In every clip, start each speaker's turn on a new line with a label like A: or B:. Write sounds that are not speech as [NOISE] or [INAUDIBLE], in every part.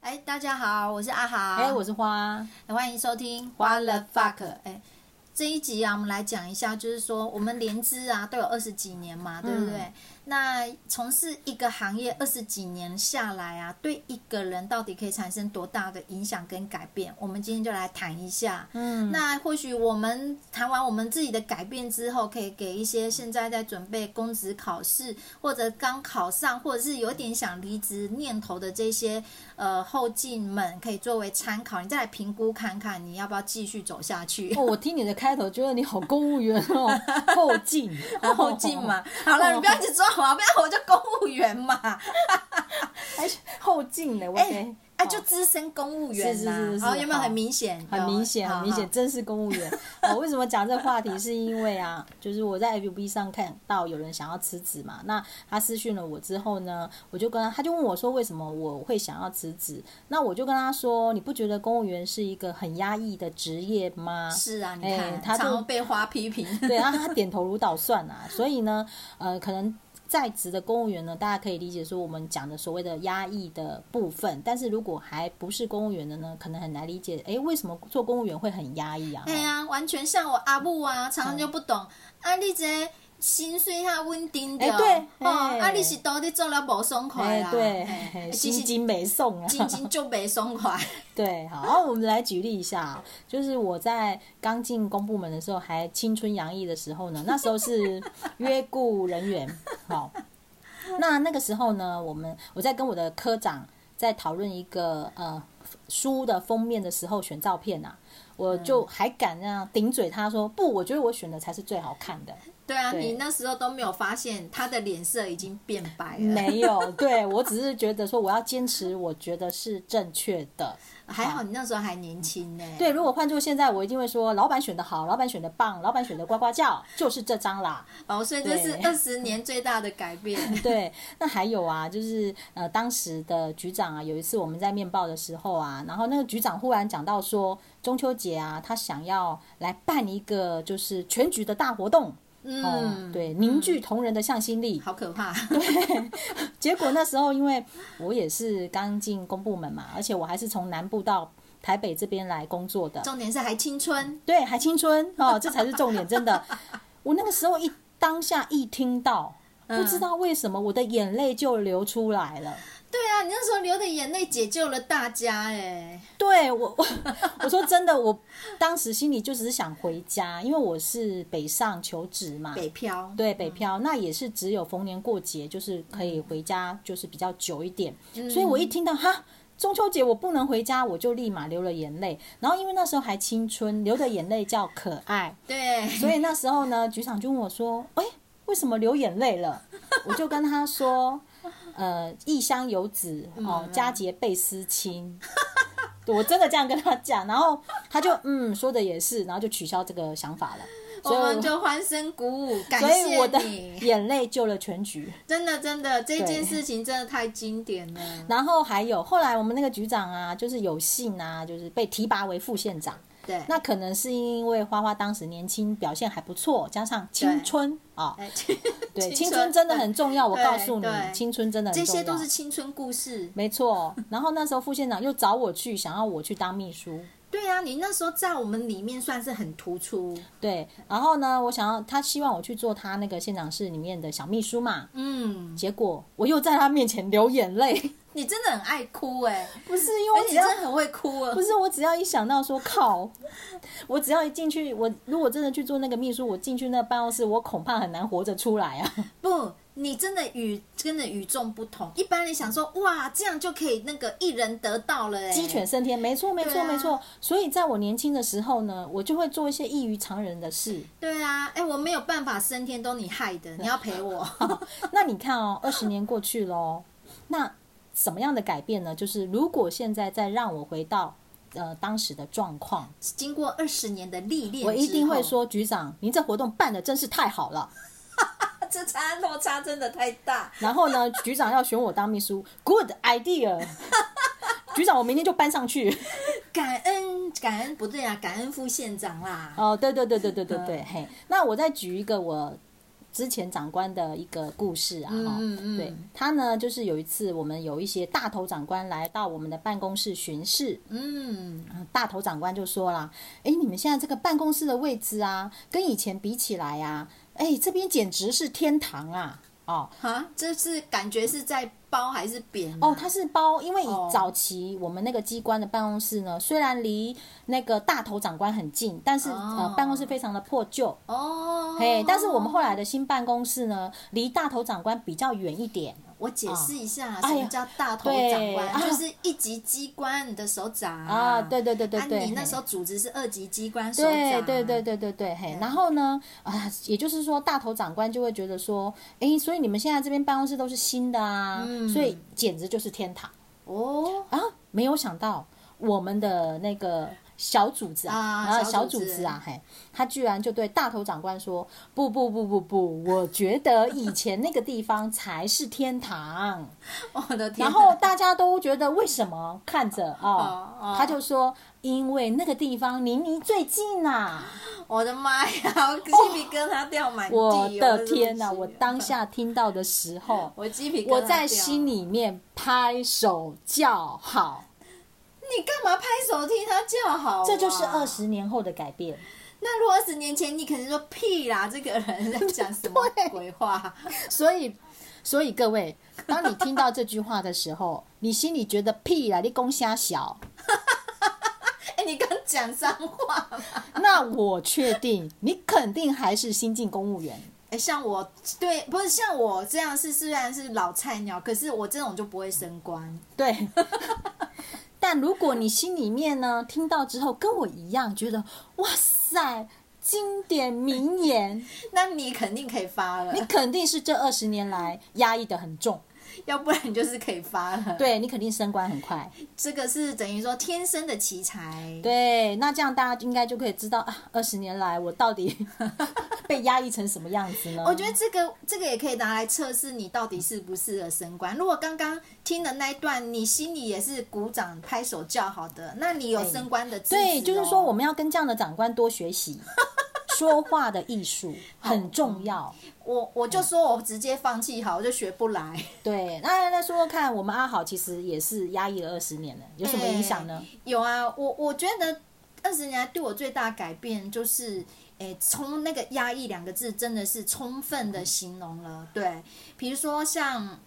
A: 哎，大家好，我是阿豪。
B: 哎、我是花，
A: 哎欢迎收听《
B: 花
A: What the
B: the
A: Fuck》。哎，这一集啊，我们来讲一下，就是说我们连资啊都有二十几年嘛，对不对？那从事一个行业二十几年下来啊，对一个人到底可以产生多大的影响跟改变？我们今天就来谈一下。
B: 嗯，
A: 那或许我们谈完我们自己的改变之后，可以给一些现在在准备公职考试，或者刚考上，或者是有点想离职念头的这些呃后进们，可以作为参考，你再来评估看看你要不要继续走下去。 [LAUGHS]
B: 哦，我听你的开头觉得你好公务员哦，后进，
A: 后进，嘛，好了，你不要一直抓我啊，不然我就公务员嘛，
B: 哎，后进呢？我
A: 哎、
B: 得
A: 哎、 [LAUGHS] 就资深公务员
B: 是
A: 呐、
B: 是是是
A: 好，有没有
B: 好
A: 很明显？
B: 很
A: 有啊
B: 明显，很明显，。真是公务员。我为什么讲这个话题？是因为啊，就是我在 FB 上看到有人想要辞职嘛，那他私讯了我之后呢，我就跟他，他就问我说为什么我会想要辞职？那我就跟他说，你不觉得公务员是一个很压抑的职业吗？
A: 好是啊，你
B: 哎
A: 看，
B: 他
A: 常
B: 就
A: 常被花批评。
B: 对，然后他点头如捣蒜啊，所以呢，呃，可能在职的公务员呢，大家可以理解说我们讲的所谓的压抑的部分，但是如果还不是公务员的呢，可能很难理解，哎，为什么做公务员会很压抑啊？
A: 哎呀、完全像我阿母啊，常常就不懂，啊，你这薪水较稳定的，
B: 哦哎对
A: 哦，
B: 哎
A: 啊，你是到底做了无爽快
B: 哎
A: 啦，，
B: 对
A: 哎，
B: 嘿
A: 其实
B: 心经没送啊，
A: 真真就没爽
B: [LAUGHS]
A: 快，啊
B: 对，好，然后我们来举例一下啊，就是我在刚进公部门的时候，还青春洋溢的时候呢，那时候是约雇人员，好，那那个时候呢，我们我在跟我的科长在讨论一个呃书的封面的时候选照片啊，我就还敢那样顶嘴他说不，我觉得我选的才是最好看的，
A: 对啊，
B: 对
A: 你那时候都没有发现他的脸色已经变白了，
B: 没有，对我只是觉得说我要坚持，我觉得是正确的，
A: 还哦好你那时候还年轻呢、
B: 对，如果换做现在，我一定会说老板选的好，老板选的棒，老板选的呱呱叫，就是这张啦。
A: 哦，所以这是
B: 对
A: 二十年最大的改变。
B: [LAUGHS] 对，那还有啊，就是呃，当时的局长啊，有一次我们在面报的时候啊，然后那个局长忽然讲到说，中秋节啊，他想要来办一个就是全局的大活动。
A: 嗯，
B: 哦，对，凝聚同仁的向心力。
A: 好可怕。
B: 结果那时候，因为我也是刚进公部门嘛，而且我还是从南部到台北这边来工作
A: [LAUGHS]
B: 的，
A: 重点是还青春，
B: 对，还青春哦，这才是重点，真的。我那个时候一当下一听到，不知道为什么我的眼泪就流出来了。
A: 对啊，你那时候流的眼泪解救了大家、哎。
B: 对我，我我说真的，我当时心里就只是想回家，因为我是北上求职嘛，
A: 北漂，
B: 啊对北漂，那也是只有逢年过节，就是可以回家，就是比较久一点。所以我一听到哈。中秋节我不能回家，我就立马流了眼泪。然后因为那时候还青春，流的眼泪叫可爱。
A: 对，
B: 所以那时候呢，局长就问我说：“哎、为什么流眼泪了？”我就跟他说：“呃，异乡游子
A: 嗯
B: 哦，佳节倍思亲。对”我真的这样跟他讲，然后他就嗯说的也是，然后就取消这个想法了。所
A: 我
B: 以
A: 们就欢声鼓舞，感
B: 所以我
A: 谢
B: 的
A: 你，
B: [LAUGHS] 眼泪救了全局。
A: [LAUGHS] 真的真的这件事情真的太经典了。
B: 然后还有后来我们那个局长啊，就是有幸啊，就是被提拔为副县长。
A: 对，
B: 那可能是因为花花当时年轻，表现还不错，加上青春啊、
A: 哎 [LAUGHS]
B: 对，青春真的很重要。我
A: 对
B: 告诉你
A: 对，
B: 青春真的很
A: 这
B: 重要。
A: 些都是青春故事。
B: 没错。然后那时候副县长又找我去，想要我去当秘书。
A: 对啊，你那时候在我们里面算是很突出，
B: 对，然后呢，我想要他希望我去做他那个县长室里面的小秘书嘛。
A: 嗯，
B: 结果我又在他面前流眼
A: [LAUGHS]
B: 泪，
A: 你真的很爱哭哎、
B: 不是因为
A: 而且
B: 我只
A: 你
B: 要
A: 真的很会哭啊
B: 不。是我只要一想到说靠，我只要一进去，我如果真的去做那个秘书，我进去那办公室，我恐怕很难活着出来啊。
A: 不，你真的与真的与众不同。一般人想说，哇，这样就可以那个一人得道了哎、
B: 鸡犬升天，没错，没
A: 对
B: 错，
A: 啊
B: 没错。所以在我年轻的时候呢，我就会做一些异于常人的事。
A: 对啊，哎、我没有办法升天，都你害的，你要赔
B: [LAUGHS]
A: 我。 [LAUGHS]
B: 那你看哦，二十年过去喽，那什么样的改变呢？就是如果现在再让我回到呃当时的状况，
A: 经过二十年的历练，
B: 我一定会，说，局长，您这活动办的真是太好了。 [LAUGHS]
A: 这差落差真的太大。
B: 然后呢，局长要选我当秘书，Good
A: [LAUGHS]
B: idea。局长，我明天就搬上去。
A: 感恩感恩不对啊，感恩副县长啦。嗯
B: 哦，对对对对对对对，嘿。那我再举一个我之前长官的一个故事啊，哈、
A: 嗯嗯
B: 对他呢，就是有一次我们有一些大头长官来到我们的办公室巡视，
A: 嗯，
B: 嗯大头长官就说啦：“哎，你们现在这个办公室的位置啊，跟以前比起来呀、啊，哎，这边简直是天堂啊！哦
A: 哈，这是感觉是在包还是扁、啊
B: 哦，它是包，因为以
A: 哦
B: 早期我们那个机关的办公室呢，虽然离那个大头长官很近，但是、
A: 哦
B: 呃，办公室非常的破旧，
A: 哦，
B: 嘿，但是我们后来的新办公室呢，离大头长官比较远一点。
A: 我解释一下，
B: 哎
A: 什
B: 呀
A: 么叫大头长官？
B: 对啊
A: 就是一级机关你的首长
B: 啊对对对对
A: 啊
B: 对
A: 你那时候组织是二级机关首
B: 对
A: 长，啊
B: 对对对对对，嘿
A: 对，
B: 然后呢，啊，也就是说，大头长官就会觉得说，哎，所以你们现在这边办公室都是新的啊，
A: 嗯
B: 所以简直就是天堂
A: 哦，
B: 啊！没有想到我们的那个小组织
A: 啊
B: 啊，然后
A: 小
B: 小
A: 组
B: 组
A: 织
B: 织啊，嘿，他居然就对大头长官说，不不不不不，我觉得以前那个地方才是
A: [LAUGHS]
B: 天堂。
A: [LAUGHS] 我的天哪，
B: 然后大家都觉得为什么看着
A: 哦
B: 哦
A: 哦
B: 他就说因为那个地方离你最近
A: [LAUGHS]
B: 啊。
A: 我的妈呀，我鸡皮疙瘩掉满地，
B: 哦我的
A: 真不
B: 天哪！
A: 行，
B: 我当下听到的时候 [LAUGHS]
A: 我鸡皮疙瘩掉，
B: 我在心，里面拍手叫好，
A: 你干嘛拍手替他叫好、啊
B: 这就是二。十年后的改变。
A: 那如果二十年前，你肯定说屁啦，这个人在讲什
B: [LAUGHS]
A: 么鬼话？
B: 所以，所以各位，当你听到这句话的时候， [LAUGHS] 你心里觉得屁啊啦，你公虾 [LAUGHS] 小。
A: 哎、你刚讲脏话吗？
B: 那我确定，你肯定还是新进公务员。
A: 哎，像我对不是像我这样是虽然是老菜鸟，可是我这种就不会升官。
B: 对。 [LAUGHS] 但如果你心里面呢听到之后跟我一样，觉得哇塞，经典名言，
A: 那你肯定可以发了
B: 你，肯定是这二十年来压抑的很重，
A: 要不然你就是可以发了。，
B: 对你肯定升官很快。
A: 这个是等于说天生的奇才。，
B: 对，那这样大家应该就可以知道啊，二十年来我到
A: [LAUGHS]
B: 底被压抑成什么样子呢？
A: 我觉得这个这个也可以拿来测试你到底适不适合升官。如果刚刚听的那一段，你心里也是鼓掌拍手叫好的，那你有升官的资质、哦
B: 对，就是说我们要跟这样的长官多
A: [LAUGHS]
B: 学习说话的艺术很重要。
A: 我我就说我直接放弃好，我就学不来。
B: 对，那那说说看，我们阿好其实也是压抑了二十年了，有什么影响呢？
A: 欸有啊，我我觉得二十年来对我最大的改变就是，诶、从那个压抑两个字真的是充分的形容了。对，比如说像。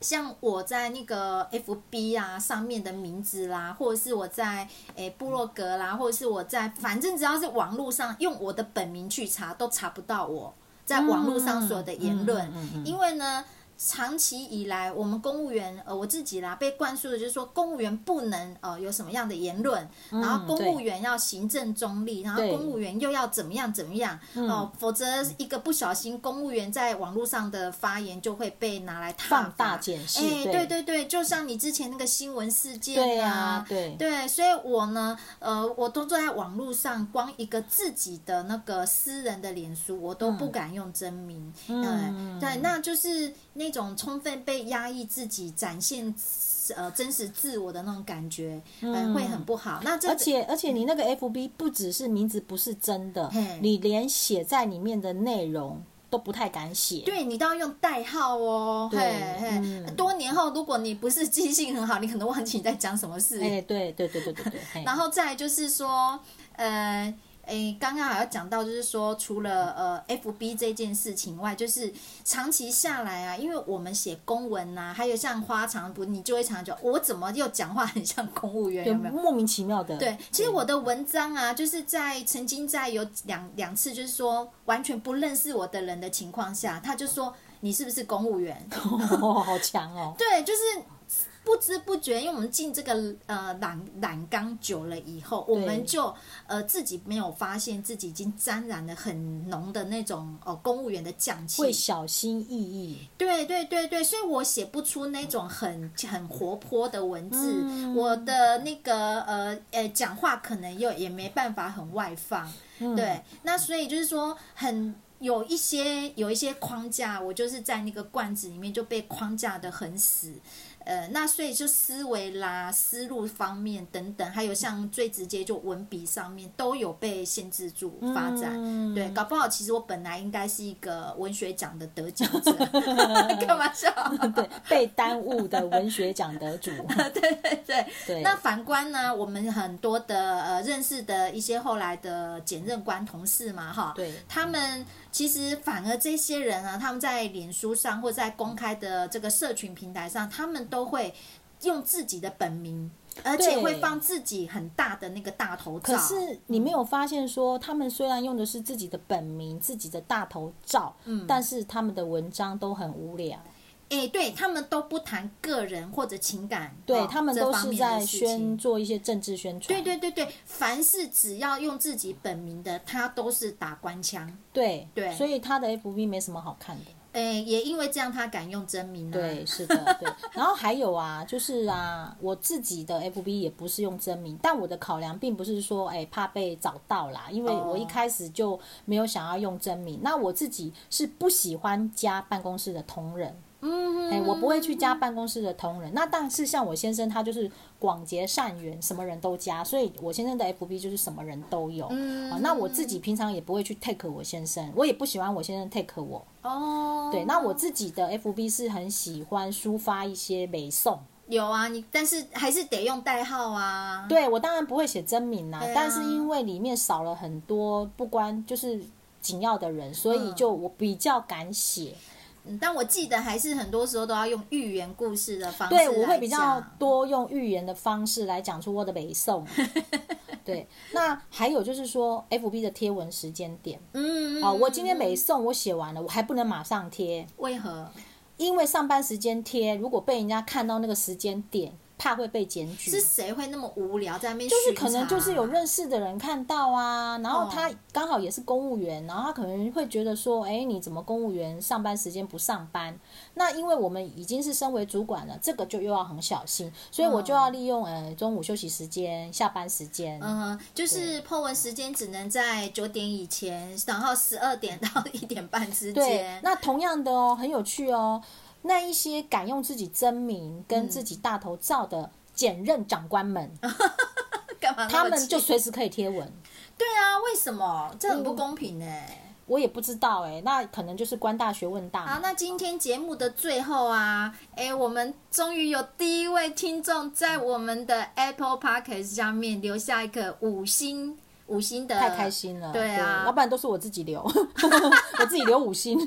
A: 像我在那个 FB 啊上面的名字啦，或者是我在诶、部落格啦，或者是我在反正只要是网络上用我的本名去查，都查不到我在哎网络上所有的言论，
B: 嗯嗯嗯嗯嗯
A: 因为呢。长期以来，我们公务员，呃，我自己啦，被灌输的就是说，公务员不能呃有什么样的言论，然后公务员要行政中立，然后
B: 嗯对
A: 公务员又要怎么样怎么样哦、否则一个不小心，公务员在网络上的发言就会被拿来挞伐
B: 放大检视
A: 哎、
B: 对
A: 对对对，就像你之前那个新闻事件、啊
B: 对啊呀，对，
A: 对，所以我呢，呃，我都坐在网络上，光一个自己的那个私人的脸书，我都不敢用真名。嗯，
B: 嗯
A: 对，那就是那种充分被压抑自己展现呃真实自我的那种感觉，嗯，会很不好。那这
B: 而且而且你那个 FB 不只是名字不是真的
A: 嘿，
B: 你连写在里面的内容都不太敢写。
A: 对你都要用代号哦，嘿
B: 对
A: 嘿、
B: 嗯
A: 多年后，如果你不是记性很好，你可能忘记你在讲什么事。
B: 哎、对对对对对对。
A: [LAUGHS]
B: 嘿
A: 然后再来就是说，呃，诶，刚刚还要讲到，就是说，除了呃，FB 这件事情外，就是长期下来啊，因为我们写公文呐、还有像花长不，你就会常觉得我怎么又讲话很像公务员，
B: 对
A: 有没有？
B: 莫名其妙的。
A: 对，其 [LAUGHS] 实我的文章啊，就是在曾经在有两两次，就是说完全不认识我的人的情况下，他就说你是不是公务员？
B: 哦，好强哦。
A: 对，就是不知不觉，因为我们进这个呃染染缸久了以后，我们就呃自己没有发现自己已经沾染了很浓的那种哦、呃公务员的瘴气。
B: 会小心翼翼，
A: 对对对对，所以我写不出那种很很活泼的文字，我的那个呃呃讲话可能又也没办法很外放。对，那所以就是说很。有一些有一些框架，我就是在那个罐子里面就被框架的很死，呃，那所以就思维啦、思路方面等等，还有像最直接就文笔上面都有被限制住发展。
B: 嗯
A: 对，搞不好其实我本来应该是一个文学奖的得奖
B: [LAUGHS]
A: 者，开玩笑。
B: 对，被耽误的文学奖得主，
A: [LAUGHS] 对对对，
B: 对，
A: 那反观呢，我们很多的呃认识的一些后来的检任官同事嘛，哈，
B: 对
A: 他们其实反而这些人啊，他们在脸书上或在公开的这个社群平台上，他们都会用自己的本名，而且
B: 对
A: 会放自己很大的那个大头照。
B: 可是你没有发现说，他们虽然用的是自己的本名、自己的大头照，嗯，但是他们的文章都很无聊。
A: 哎、对他们都不谈个人或者情感，
B: 对、
A: 哦
B: 他们
A: 这
B: 都
A: 方
B: 是
A: 面的
B: 在
A: 事
B: 宣
A: 情
B: 做一些政治宣
A: 对
B: 传。
A: 对对对，凡是只要用自己本名的，他都是打官腔。
B: 对
A: 对嗯
B: 所以他的 FB 没什么好看的。
A: 诶，也因为这样，他敢用真名啊。
B: 对，是的，
A: [LAUGHS]
B: 对。然后还有啊，就是啊，我自己的 FB 也不是用真名，但我的考量并不是说，哎，怕被找到啦，因为
A: 哦
B: 我一开始就没有想要用真名。那我自己是不喜欢加办公室的同仁，
A: 嗯，
B: 哎，我不会去加办公室的同仁。那但是像我先生，他就是广结善缘，什么人都加，所以我先生的 FB 就是什么人都有。
A: 嗯
B: 啊那我自己平常也不会去 take 我先生，我也不喜欢我先生 take 我。
A: 哦，
B: 对，那我自己的 FB 是很喜欢抒发一些美颂。
A: 有啊，你但是还是得用代号啊。
B: 对我当然不会写真名啦、
A: 对啊
B: 但是因为里面少了很多不关就是紧要的人，所以就我比较敢写。
A: 嗯，但我记得还是很多时候都要用寓言故事的方式
B: 对，我
A: 哦来
B: 会比较
A: 讲
B: 多用寓言的方式来讲出我的
A: [LAUGHS]
B: 北宋。对，那还有就是说，FB 的贴文时间点
A: 嗯，嗯
B: 哦，我今天
A: 嗯
B: 北宋我写完了，我还不能马上贴，
A: 为何
B: 因为上班时间贴，如果被人家看到那个时间点，怕会被检举。
A: 是谁会那么无聊在那边？
B: 就是可能就是有。认识的人看到啊，然后
A: 哦
B: 他刚好也是公务员，然后他可能会觉得说，哎，你怎么公务员上班时间不上班？那因为我们已经是身为主管了，这个就又要很小心，所以我就要利用呃中午休息时间、下班时间，
A: 嗯，就是破文时间只能在九点以前，然后十二点到一点半之
B: 对
A: 间，。
B: 那同样的哦，很有趣哦，那一些敢用自己真名跟自己大头照的检任长官们，
A: 干嘛那么气？
B: 他们就随时可以贴文。
A: 对啊？为什么？这很不公
B: 嗯
A: 平哎、
B: 我也不知道哎、那可能就是官大学问大嘛
A: 好，那今天节目的最后啊，哎，我们终于有第一位听众在我们的 Apple Podcast 下面留下一个五星五星的，
B: 太开心了，
A: 对啊
B: 要不然都是我自己留， [LAUGHS] 我自己留五星。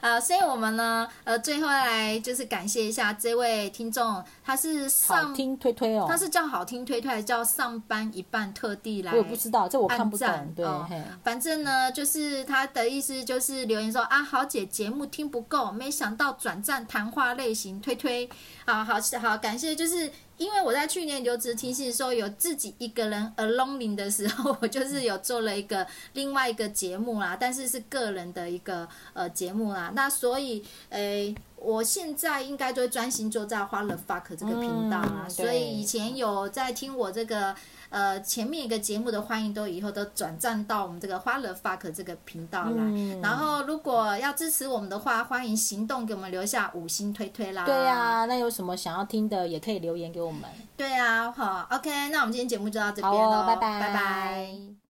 A: 啊、所以我们呢，呃，最后来就是感谢一下这位听众，他是
B: 好
A: [LAUGHS] 上，
B: 听推推哦
A: 他，是叫好听推推，还是叫上班一半特地来
B: 我也不知道，这我看不
A: 按
B: 懂，对，
A: 哦
B: 嘿，
A: 反正呢，就是他的意思就是留言说啊，豪姐节目听不够，没想到转战谈话类型，推推，呃好好好，感谢，就是因为我在去年留职停薪的时候，有自己一个人 aloneing 的时候，我就是有做了一个另外一个节目啦，但是是个人的一个呃节目啦，那所以呃。我现在应该就会专心做在花了 fuck 这个频道啦，
B: 嗯
A: 所
B: 对
A: 以以前有在听我这个呃前面一个节目的，欢迎都以后都转战到我们这个花了 fuck 这个频道来。
B: 嗯
A: 然后如果要支持我们的话，欢迎行动给我们留下五星推推啦。
B: 对呀、啊那有什么想要听的也可以留言给我们。
A: 对啊，好，OK，那我们今天节目就到这边
B: 好哦
A: 喽，
B: 拜拜
A: 拜拜